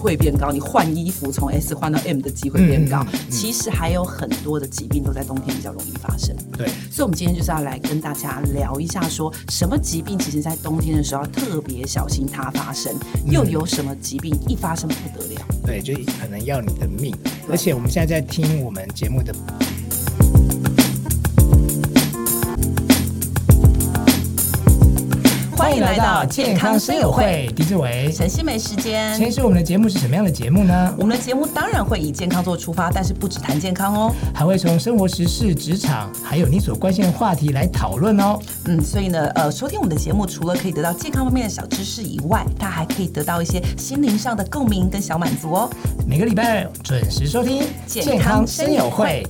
会变高，你换衣服从 S 换到 M 的机会变高。其实还有很多的疾病都在冬天比较容易发生。对，所以，我们今天就是要来跟大家聊一下说，什么疾病其实在冬天的时候要特别小心它发生，又有什么疾病一发生不得了。对，就可能要你的命。而且我们现在在听我们节目的，欢迎来到健康生友会，狄志伟。晨曦美时间。先是我们的节目是什么样的节目呢？我们的节目当然会以健康做出发，但是不只谈健康哦。还会从生活时事、职场，还有你所关心的话题来讨论哦。嗯，所以呢，呃，收听我们的节目，除了可以得到健康方面的小知识以外，它还可以得到一些心灵上的共鸣跟小满足哦。每个礼拜二准时收听《健康生友会》。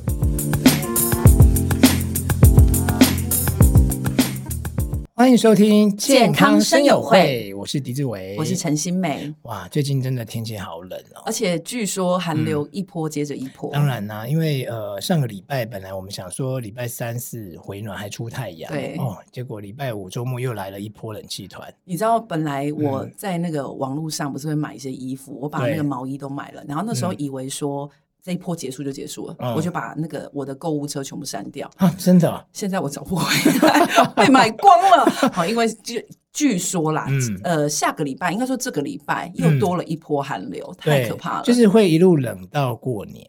欢迎收听《健康生友会》，我是狄志伟，我是陈心美，哇，最近真的天气好冷哦。而且据说寒流一波接着一波。嗯当然啦、因为呃上个礼拜本来我们想说礼拜三四回暖还出太阳，对哦，结果礼拜五周末又来了一波冷气团，你知道，本来我在那个网络上不是会买一些衣服，我把那嗯对个毛衣都买了，然后那时候嗯以为说。这一波结束就结束了，嗯我就把那个我的购物车全部删掉。啊，真的哦现在我找不回来， 被买光了。好，因为据据说啦，嗯呃，下个礼拜应该说这个礼拜又多了一波寒流，太对，可怕了，就是会一路冷到过年，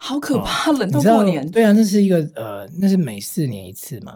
好可怕，冷到你知道过年。对啊，那是一个呃，那是每四年一次嘛，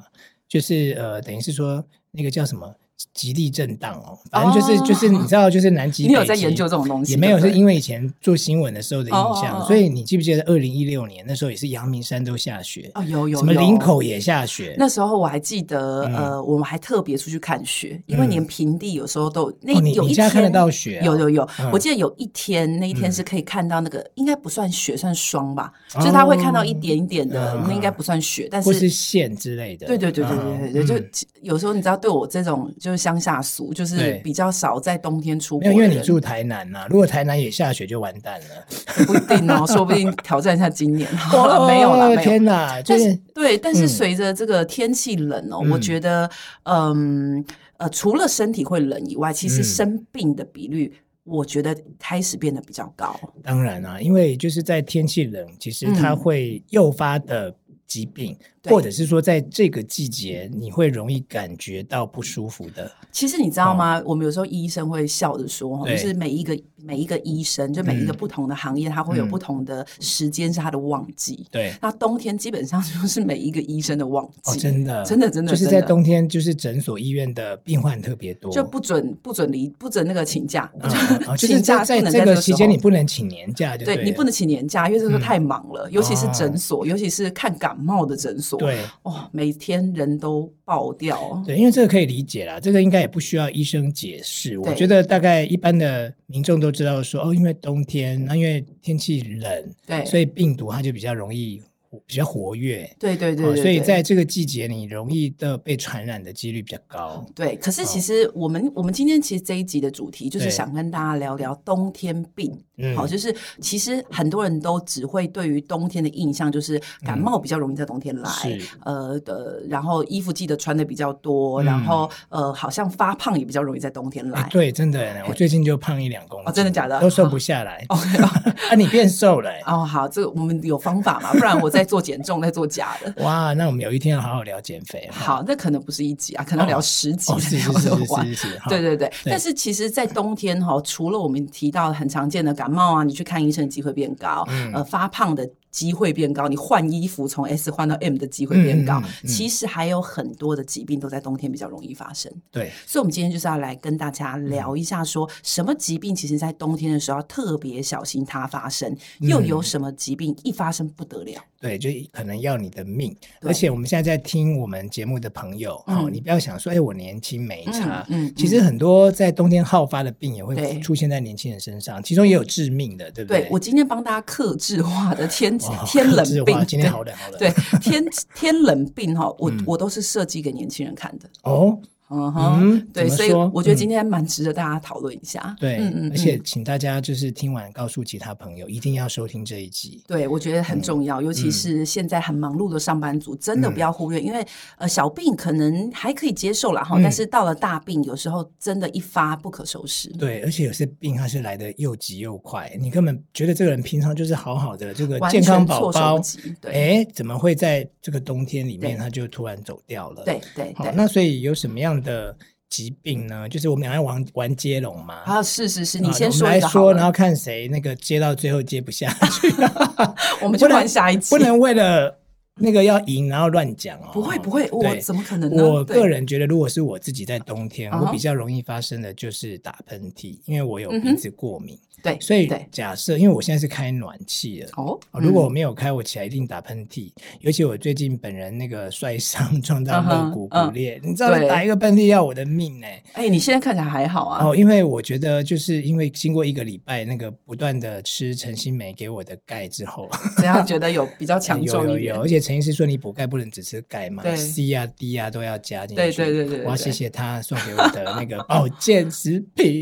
就是呃，等于是说那个叫什么极地震荡哦，反正就是、哦就是你知道，就是南 极，你有北在极研究这种东西？也没有，对是不对因为以前做新闻的时候的印哦哦象，哦哦所以你记不记得二零一六年那时候也是阳明山都下雪，哦，有有什么林。有口也下雪，那时候我还记得，嗯呃，我们还特别出去看雪，因为嗯连平地有时候都有那哦你有你一家天看得到雪啊有有有嗯，我记得有一天那一天嗯是可以看到那个，应该不算雪，算霜吧，哦就是他会看到一点一点的嗯，那应该不算雪，但哦或是是线之类的，对对对对对对对，就嗯其有时候你知道，对我这种就是乡下俗，就是对比较少在冬天出没国有，的因为人，你住台南呐、如果台南也下雪就完 蛋了。哦不一定哦，说不定挑战一下今 年。好了，没有了，没有。天哪，就但是是对，但是嗯随着这个天气冷哦，嗯我觉得，嗯呃，除了身体会冷以外，其实嗯生病的比率，我觉得开始变得比较高。当然啊，因为就是在天气冷，其实它嗯会诱发的疾病，对或者是说在这个季节你会容易感觉到不舒服的。其实你知道吗？我们有时候医生会笑着说，哦哦对就是每一个每一个医生，就每一个嗯不同的行业，他会有嗯不同的时间是他的旺季。对，那冬天基本上 就是每一个医生的旺季，哦，真的，真的真的就是真在的冬天，就是诊所、医院的病患特别多，就不准不准离不准那个请 假，嗯、嗯嗯就是请假在在不能这在个这个期时间候你不能请年假就对了你不能请年假，因为这时候嗯太忙了，尤其是哦诊所，尤其是看感冒的诊所，对哦，每天人都爆掉。对，因为这个可以理解啦，这个应该也不需要医生解释。我对觉得大概一般的民众都知道说，哦，因为冬天，那因为天气冷，对，所以病毒它就比较容易活比较活跃，对对对哦对，所以对在这个季节你容易的被传染的几率比较高。对，可是其哦实我们、我们今天其实这一集的主题就是对想跟大家聊聊冬天病。嗯好，就是其实很多人都只会对于冬天的印象就是感冒比较容易在冬天来，嗯是呃的，然后衣服记得穿的比较多，然嗯后呃好像发胖也比较容易在冬天来 哎。对，真的，我最近就胖一两公斤，哦真的假的哦都瘦不下来。 OK， 啊，你变瘦了、哎哦，好，这个我们有方法嘛？不然我在做减重，在做假 的。哇，那我们有一天要好好聊减肥。哈，好，那可能不是一集啊，可能要聊十集哦，是才是聊是得是完。是是，哈对对对，但是其实，在冬天哈、除了我们提到很常见的感冒啊，你去看医生的机会变高，嗯呃，发胖的机会变高，你换衣服从 S 换到 M 的机会变高。嗯嗯嗯嗯其实还有很多的疾病都在冬天比较容易发生，对，所以我们今天就是要来跟大家嗯聊一下说，什么疾病其实在冬天的时候要特别小心它发生，又嗯有什么疾病一发生不得了。对，就可能要你的命。对而且我们现在在听我们节目的朋友，嗯哦，你不要想说，哎，我年轻没差。嗯嗯其实很多在冬天好发的病也对会出现在年轻人身上，其中也有致命的，对不对对我今天帮大家克制化的天 哇天冷克制化病，今天对好冷好冷。对天天冷病哈，我嗯我都是设计给年轻人看的。哦，嗯哼，嗯，对，怎么所以说我觉得嗯今天蛮值得大家讨论一下。对，嗯嗯而且请大家就是听完告诉其他朋友，一定要收听这一集。对，我觉得很重要，尤其嗯是现在很忙碌的上班族，真的不要忽略，因为呃小病可能还可以接受啦哈，嗯但是到了大病，有时候真的一发不可收拾。对，而且有些病它是来的又急又快，你根本觉得这个人平常就是好好的这个完健全康宝措手宝不，及。对哎，怎么会在这个冬天里面对他就突然走掉了？，对对好，对，那所以有什么样的疾病呢？就是我们俩要玩玩接龙嘛。啊，是是是，啊你先我们说一来个好说，然了，啊后看谁那个接到最后接不下 去，我们就不能换下一集。不，能为了那个要赢然后乱讲哦。不会不会，我对怎么可能呢？我对个人觉得，如果是我自己在冬天，嗯哼我比较容易发生的就是打喷嚏，因为我有嗯哼鼻子过敏。对，所以对假设，因为我现在是开暖气了。哦哦，如果我嗯没有开，我起来一定打喷嚏。尤其我最近本人那个摔伤，撞到肋骨嗯哼骨裂，你知道对打一个喷嚏要我的命呢、哎，你现在看起来还好啊，哦，因为我觉得就是因为经过一个礼拜那个不断的吃陈心梅给我的钙之后， 怎样觉得有比较强有壮有一点有，？而且陈医师说你补钙不能只吃钙嘛对，C 啊 D 啊都要加进去。对对对对对我要对谢谢他送给我的那个保健食品。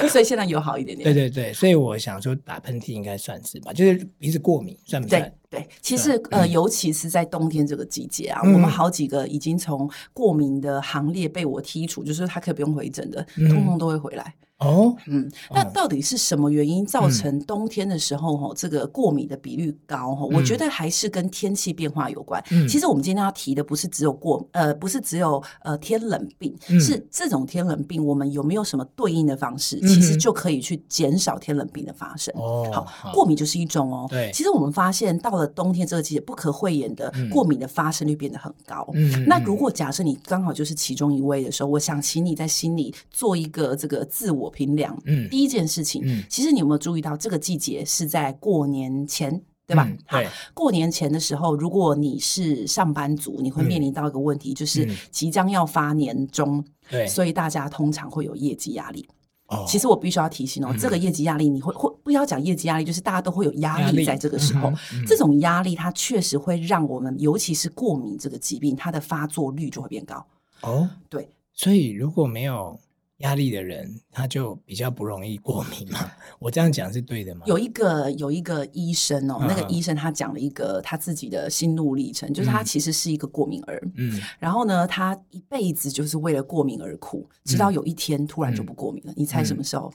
所以现在有好一点点。对对对，所以我想说打喷嚏应该算是吧，就是鼻子过敏算不对算？对，其实呃，尤其是在冬天这个季节啊，啊嗯我们好几个已经从过敏的行列被我剔除，就是他可以不用回诊的，嗯通通都会回来。哦，嗯，那哦嗯到底是什么原因造成冬天的时候哈、这个过敏的比率高哈、我嗯觉得还是跟天气变化有关。嗯其实我们今天要提的不是只有过呃，不是只有呃天冷病，嗯是这种天冷病我们有没有什么对应的方式，嗯哼其实就可以去减少天冷病的发生。哦好好，过敏就是一种哦。对其实我们发现到了冬天这个季节，不可讳言的嗯过敏的发生率变得很高。嗯那如果假设你刚好就是其中一位的时候，我想请你在心里做一个这个自我评量。嗯第一件事情，嗯其实你有没有注意到这个季节是在过年前？对吧？嗯好对，过年前的时候，如果你是上班族，你会嗯面临到一个问题，就是嗯即将要发年终，对，所以大家通常会有业绩压力。哦其实我必须要提醒哦，嗯这个业绩压力，你会会不要讲业绩压力，就是大家都会有压力在这个时候嗯。哼嗯这种压力，它确实会让我们，尤其是过敏这个疾病，它的发作率就会变高。哦，对，所以如果没有压力的人，他就比较不容易过敏嘛。我这样讲是对的吗？有一个有一个医生哦，嗯那个医生他讲了一个他自己的心路历程，就是他其实是一个过敏儿，嗯然后呢，他一辈子就是为了过敏而苦，直嗯到有一天突然就不过敏了。你猜什么时候？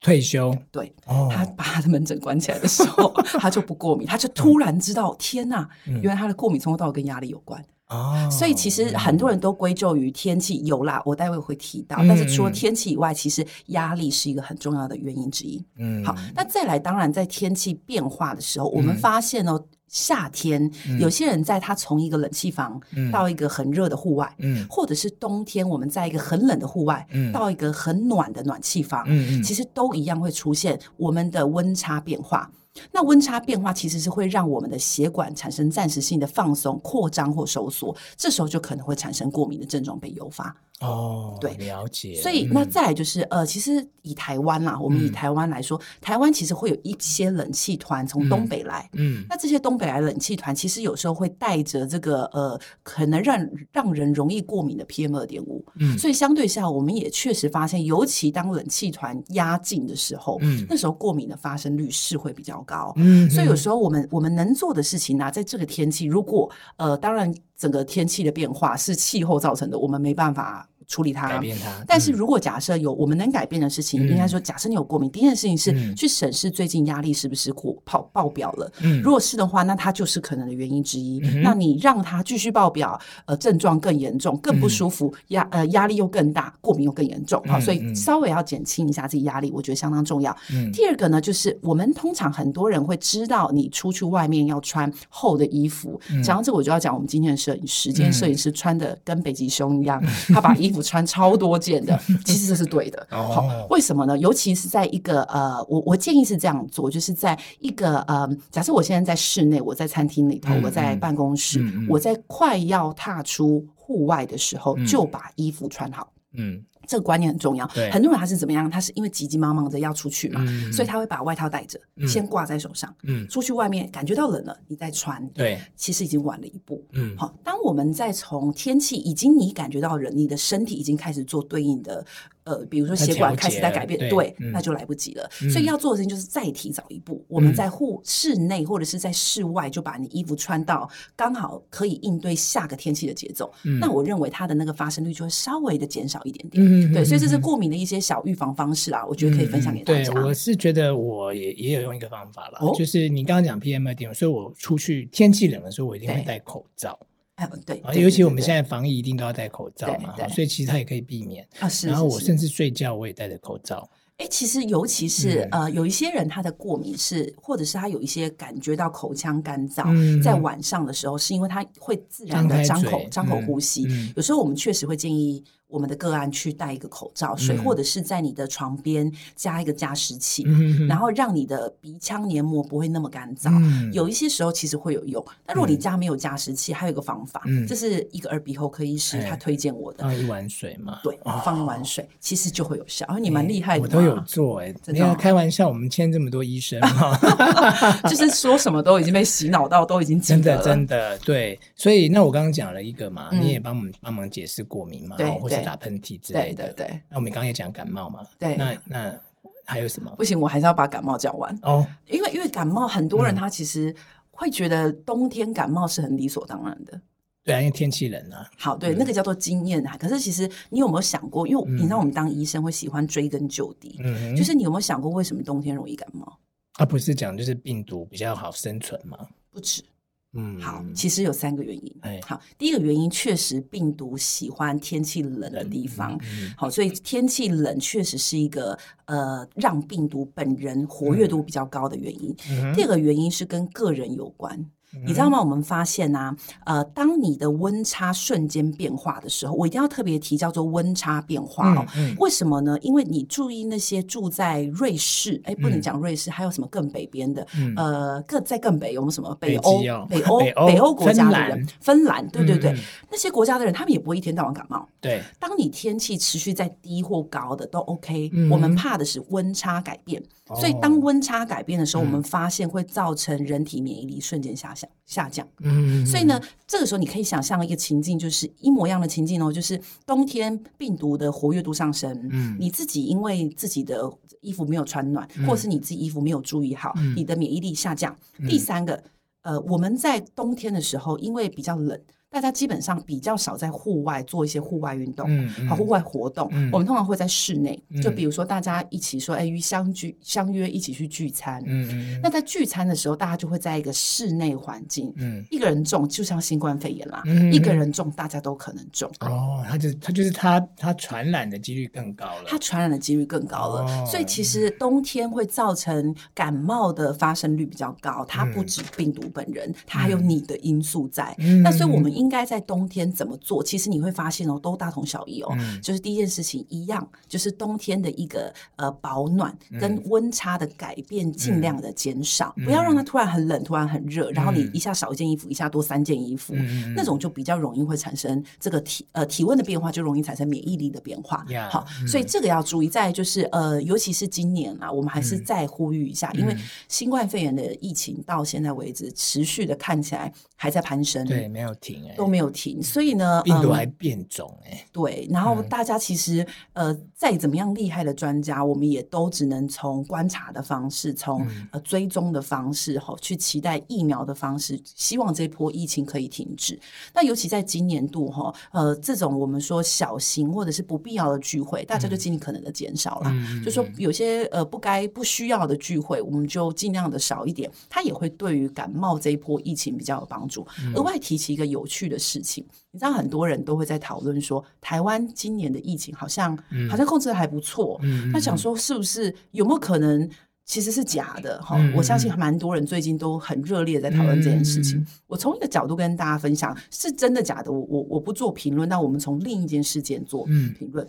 退休对，嗯哦，他把他的门诊关起来的时候， 他就不过敏，他就突然知道，天呐，嗯原来他的过敏从头到尾跟压力有关。哦，所以其实很多人都归咎于天气，有啦，我待会会提到。但是除了嗯嗯天气以外，其实压力是一个很重要的原因之一。嗯好，那再来，当然在天气变化的时候，我们嗯发现哦，夏天嗯有些人在他从一个冷气房嗯到一个很热的户外，嗯或者是冬天我们在一个很冷的户外嗯到一个很暖的暖气房，嗯嗯其实都一样会出现我们的温差变化。那温差变化其实是会让我们的血管产生暂时性的放松、扩张或收缩，这时候就可能会产生过敏的症状被诱发。哦，对了解。所以，嗯那再来就是呃，其实以台湾啦，我们以嗯台湾来说，台湾其实会有一些冷气团从东北来。嗯那这些东北来冷气团，其实有时候会带着这个呃，可能让让人容易过敏的 PM 二点五，嗯所以相对下，我们也确实发现，尤其当冷气团压境的时候，嗯那时候过敏的发生率是会比较高。嗯所以有嗯时候我们我们能做的事情呢、啊在这个天气，如果呃，当然整个天气的变化是气候造成的，我们没办法处理它，改变它，但是嗯如果假设有我们能改变的事情，嗯应该说，假设你有过敏，第一件事情是嗯去审视最近压力是不是过爆爆表了。嗯如果是的话，那它就是可能的原因之一。嗯哼那你让它继续爆表，呃，症状更严重，更不舒服，压呃压力又更大，过敏又更严重。好、嗯所以嗯稍微要减轻一下自己压力，我觉得相当重要。嗯第二个呢，就是我们通常很多人会知道你出去外面要穿厚的衣服。嗯讲到这个，我就要讲我们今天的摄影师，今天摄影师穿的跟北极熊一样， 他把衣服穿超多件的，其实这是对的。哦好，为什么呢？尤其是在一个呃，我我建议是这样做，就是在一个呃，假设我现在在室内，我在餐厅里头，嗯我在嗯办公室，嗯嗯我在快要踏出户外的时候，嗯就把衣服穿好。嗯这个观念很重要对。很多人他是怎么样？他是因为急急忙忙的要出去嘛，嗯所以他会把外套带着，嗯先挂在手上，嗯，出去外面感觉到冷了，你再穿。对，其实已经晚了一步。嗯，好，当我们在从天气已经你感觉到人，你的身体已经开始做对应的，呃，比如说血管开始在改变在，调节对了，对嗯那就来不及了。嗯所以要做的事情就是再提早一步，我们在户室内或者是在室外就把你衣服穿到刚好可以应对下个天气的节奏。嗯那我认为它的那个发生率就会稍微的减少一点点。嗯，对，所以这是嗯过敏的一些小预防方式啊，我觉得可以分享给大家。对，我是觉得我也也有用一个方法啦，哦就是你刚刚讲 PM 二点五，所以我出去天气冷的时候，我一定会对戴口罩哎，对，啊，对尤其我们对对现在防疫一定都要戴口罩嘛，对对哈所以其实它也可以避免。啊是，然后我是甚至睡觉我也戴着口罩，哎，其实尤其是、嗯呃，有一些人他的过敏是，或者是他有一些感觉到口腔干燥，嗯在晚上的时候，是因为他会自然张的开张嘴口张口呼吸。嗯有时候我们确实会建议我们的个案去戴一个口罩水，嗯或者是在你的床边加一个加湿器，嗯然后让你的鼻腔黏膜不会那么干燥。嗯有一些时候其实会有用，但如果你嗯家没有加湿器，还有一个方法，嗯这是一个耳鼻喉科医师哎他推荐我的，放一碗水嘛，对，哦哎放一碗水其实就会有效。而哦你蛮厉害的嘛，我都有做哎，真你的要哦开玩笑，我们签这么多医生嘛， 就是说什么都已经被洗脑到，都已经记真得的了真的对，所以那我刚刚讲了一个嘛，嗯你也帮我们帮忙解释过敏嘛，对哦或是对打喷嚏之类对的对，对，那我们刚刚也讲感冒嘛，对那那还有什么？不行，我还是要把感冒讲完，哦，因为因为感冒很嗯多人他其实会觉得冬天感冒是很理所当然的。对啊，因为天气冷啊，好，对，那个叫做经验啊。可是其实你有没有想过，因为我嗯平常我们当医生会喜欢追根究底，嗯哼，就是你有没有想过为什么冬天容易感冒？啊，不是讲就是病毒比较好生存嘛，不止，嗯，好，其实有三个原因哎。好，第一个原因确实病毒喜欢天气冷的地方，嗯好，所以天气冷确实是一个呃让病毒本人活跃度比较高的原因。嗯第二个原因是跟个人有关，哼你知道吗？我们发现呐、呃，当你的温差瞬间变化的时候，我一定要特别提叫做温差变化哦。嗯嗯为什么呢？因为你注意那些住在瑞士，哎，不能嗯讲瑞士，还有什么更北边的，嗯呃，更在更北有没有什么北北欧极哦、北欧北、欧北欧国家的芬兰人，芬兰，对对对嗯嗯，那些国家的人，他们也不会一天到晚感冒。对，当你天气持续在低或高的都 OK，、嗯我们怕的是温差改变。哦所以当温差改变的时候，嗯我们发现会造成人体免疫力瞬间下降下降。嗯，所以呢，这个时候你可以想象一个情境，就是一模一样的情境哦，就是冬天病毒的活跃度上升，嗯你自己因为自己的衣服没有穿暖，或是你自己衣服没有注意好，嗯你的免疫力下降。第三个，呃，我们在冬天的时候，因为比较冷。大家基本上比较少在户外做一些户外运动，嗯嗯好户外活动。嗯我们通常会在室内，嗯就比如说大家一起说，哎、相聚相约一起去聚餐。嗯嗯那在聚餐的时候，大家就会在一个室内环境，嗯一个人中就像新冠肺炎啦，嗯一个人中大家都可能中。嗯，哦，它就它就是它它传染的几率更高了它，传染的几率更高了，哦所以其实冬天会造成感冒的发生率比较高。它不止病毒本人，它还有你的因素在。嗯那所以我们应该在冬天怎么做？其实你会发现哦，都大同小异哦。嗯就是第一件事情一样，就是冬天的一个呃保暖嗯跟温差的改变，尽量的减少，不要让它嗯突然很冷，突然很热，然后你一下少一件衣服，一下多三件衣服，嗯嗯嗯那种就比较容易会产生这个体呃体温的变化，就容易产生免疫力的变化。 Yeah，好，所嗯以这个要注意。再来就是呃，尤其是今年啊，我们还是嗯再呼吁一下，因为新冠肺炎的疫情到现在为止，持续的看起来还在攀升，对，，没有停哎，都没有停。所以呢，病毒嗯还变种哎，对，然后大家其实、呃，再怎么样厉害的专家，我们也都只能从观察的方式，从、呃追踪的方式，吼、去期待疫苗的方式，希望这波疫情可以停止。那尤其在今年度，哈、呃，这种我们说小型或者是不必要的聚会，大家就尽可能的减少啦。嗯就说有些呃不该不需要的聚会，我们就尽量的少一点，它也会对于感冒这一波疫情比较有帮助。嗯额外提起一个有趣的事情，你知道很多人都会在讨论说，台湾今年的疫情好像、好像控制的还不错，嗯那想说是不是有没有可能其实是假的哈、嗯嗯我相信蛮多人最近都很热烈地在讨论这件事情。嗯我从一个角度跟大家分享，是真的假的，我我我不做评论，那我们从另一件事件做嗯评论。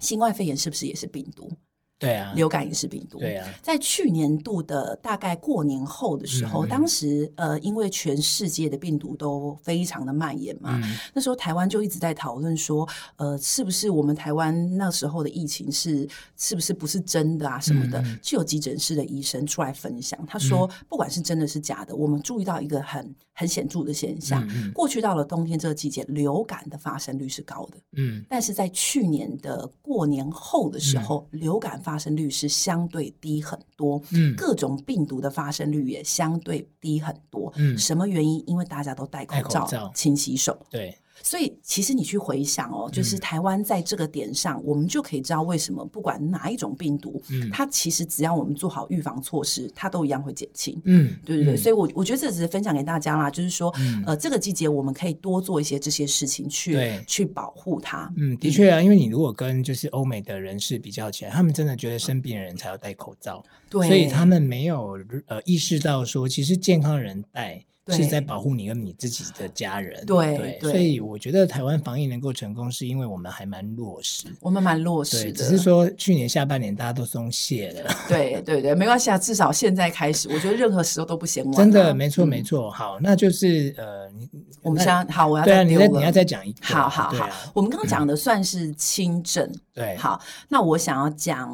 新冠肺炎是不是也是病毒？对啊，流感也是病毒。对啊，在去年度的大概过年后的时候，嗯当时呃，因为全世界的病毒都非常的蔓延嘛，嗯那时候台湾就一直在讨论说，呃，是不是我们台湾那时候的疫情是是不是不是真的啊什么的嗯嗯？嗯就有急诊室的医生出来分享，他说，不管是真的是假的，我们注意到一个很很显著的现象。嗯过去到了冬天这个季节，流感的发生率是高的，嗯但是在去年的过年后的时候，流感发生率是相对低很多，嗯各种病毒的发生率也相对低很多。嗯，什么原因？因为大家都戴口戴口罩、罩勤洗手，对，所以其实你去回想哦，就是嗯台湾在这个点上，我们就可以知道为什么不管哪一种病毒，嗯它其实只要我们做好预防措施，它都一样会减轻。嗯，对对对，嗯所以我我觉得这只是分享给大家啦，就是说，嗯呃，这个季节我们可以多做一些这些事情去对去保护它。嗯，的确啊，因为你如果跟就是欧美的人士比较起来，他们真的觉得生病的人才要戴口罩，对，所以他们没有呃意识到说，其实健康的人戴对是在保护你跟你自己的家人。对对所以我觉得台湾防疫能够成功，是因为我们还蛮落实。我们蛮落实对，的，只是说去年下半年大家都松懈了，对对对，没关系啊，至少现在开始，我觉得任何时候都不嫌晚啊、 真的没错没错。错。好，那就是呃，你我们那现在好，我要对啊，再你丢再了。你要再讲一个好啊，好对好啊，我们刚刚讲的算是轻症，对，好，那我想要讲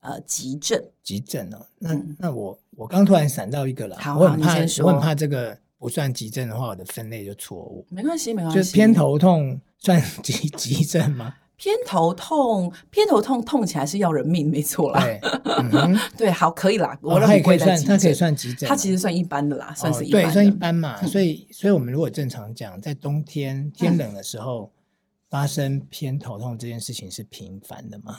呃急症，急诊哦。那嗯那我我刚突然闪到一个了，好我好很你怕先说我很怕这个不算急症的话，我的分类就错误，没关系没关系，就是偏头痛算 急急症 吗？偏头痛，偏头痛痛起来是要人命，没错啦。对，嗯哼， 对，好，可以啦，我哦让它你也可归以在算，急它可以症，算急诊吗，它其实算一般的啦，算哦是一对，般算一的。般嘛。嗯所以，所以我们如果正常讲，在冬天天冷的时候。发生偏头痛这件事情是频繁的吗？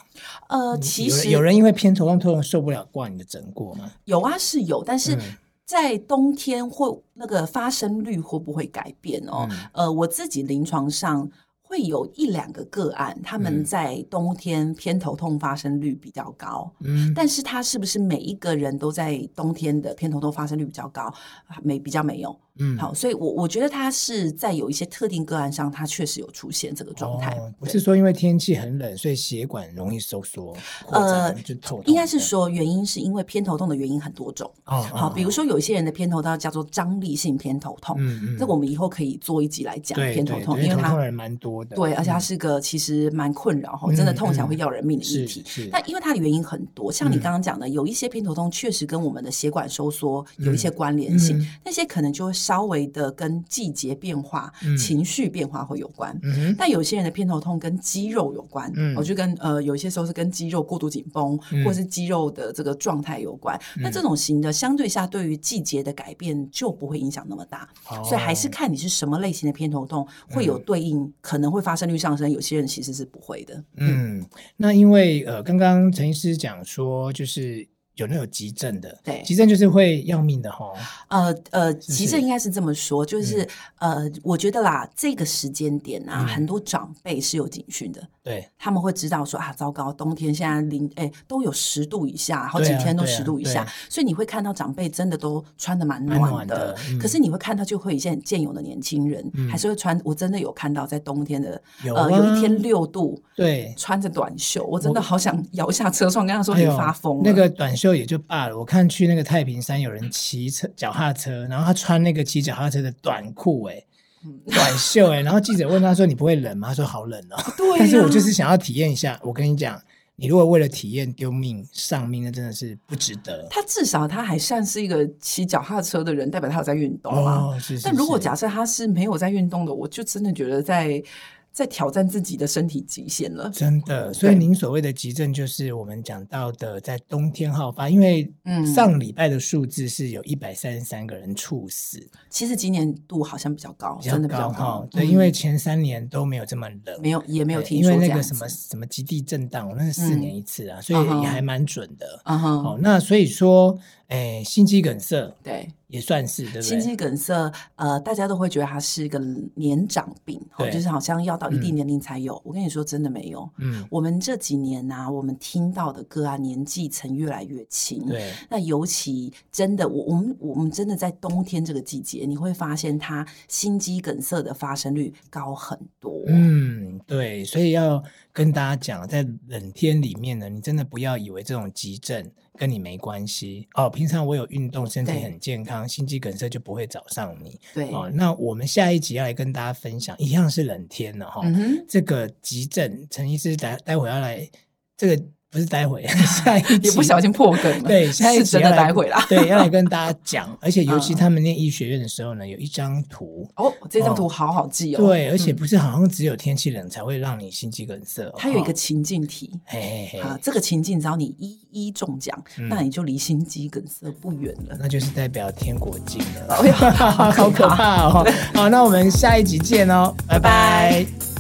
呃，有其人实有人因为偏头痛痛受不了挂你的诊过吗？有啊是有，但是嗯在冬天或那个发生率会不会改变哦？嗯呃，我自己临床上会有一两个个案，他们嗯在冬天偏头痛发生率比较高。嗯，但是它是不是每一个人都在冬天的偏头痛发生率比较高？啊没比较没有，嗯好，所以我我觉得它是在有一些特定个案上，它确实有出现这个状态。哦不对是说因为天气很冷，所以血管容易收缩，扩呃张就透痛。应该是说原因是因为偏头痛的原因很多种，哦，好，比如说，说有一些人的偏头痛叫做张力性偏头痛，嗯嗯，这我们以后可以做一集来讲对偏头痛，对因为头痛它的人蛮多的，对，而且它嗯是个其实蛮困扰哈，嗯真的痛起来会要人命的议是题。是，但因为它的原因很多，像你嗯刚刚讲的，有一些偏头痛确实跟我们的血管收缩有一些关联性，嗯那些可能就会稍微的跟季节变化、嗯情绪变化会有关。嗯哼，但有些人的偏头痛跟肌肉有关，嗯我就跟呃有一些时候是跟肌肉过度紧绷，嗯或者是肌肉的这个状态有关。那这种型的相对下，对于季节的改变就不会影响那么大。所以还是哦嗯看你是什么类型的偏头痛，会有对应，可能会发生率上升。有些人其实是不会的。嗯，那因为呃，刚刚陈医师讲说，就是有那种急症的，对急症就是会要命的吼，呃呃，是嗯其实应该是这么说，就是、呃，我觉得啦，这个时间点啊，嗯很多长辈是有警讯的。对，他们会知道说啊，糟糕，冬天现在零哎都有十度以下，好几对啊天都对啊十度以下，对所以你会看到长辈真的都穿的蛮蛮暖暖的嗯可是你会看到就会有一些很健勇的年轻人，嗯还是会穿。我真的有看到在冬天的，有呃，啊有一天六度，对，穿着短袖，我真的好想摇下车窗，跟他说哎你呦发疯了。那个短袖也就罢了，我看去那个太平山有人骑车脚踏车，然后他穿那个骑脚踏车的短裤、哎、嗯短袖、哎，然后记者问他说：“你不会冷吗？”他说：“好冷哦。对呀、但是我就是想要体验一下。我跟你讲，你如果为了体验丢命丧命，那真的是不值得。他至少他还算是一个骑脚踏车的人，代表他有在运动啊。哦，是是但如果是假设他是没有在运动的，我就真的觉得在在挑战自己的身体极限了。真的，所以对您所谓的急症，就是我们讲到的在冬天好发，因为嗯上礼拜的数字是有一百三十三个人猝死，其实今年度好像比较高，比哦较真的比较高高。哈。对，嗯因为前三年都没有这么冷，没有也没有对听因说为这那样个子什么什么极地震荡，那是四嗯年一次啊，所以啊哈也还蛮准的。啊哈，好，那所以说，哎，心肌梗塞对也算是对不心对？肌梗塞，呃，大家都会觉得它是一个年长病，哦对就是好像要到一定嗯年龄才有。我跟你说，真的没有。嗯，我们这几年呐，我们听到的个案年纪层越来越轻。对，那尤其真的，我我们我们真的在冬天这个季节，你会发现它心肌梗塞的发生率高很多。嗯，对，所以要跟大家讲，在冷天里面呢，你真的不要以为这种急症跟你没关系哦。平常我有运动，身体对很健康，心肌梗塞就不会找上你对，哦。那我们下一集要来跟大家分享，一样是冷天的哈、嗯哼，这个急症，陈医师待待会要来，这个不是 待会，下一集也不小心破梗了，对，下一是集真要的来待会啦。对，要来跟大家讲， 而且尤其嗯他们念医学院的时候呢，有一张图，哦，这张哦图好好记哦。对，而且嗯不是好像只有天气冷才会让你心肌梗塞哦，它有一个哈，情境题。嘿嘿啊嘿，，这个情境只要你一一中奖，嗯那你就离心肌梗塞不远了。那就是代表天国近了， 哎呀， 好可怕哦！好，那我们下一集见哦，拜拜拜拜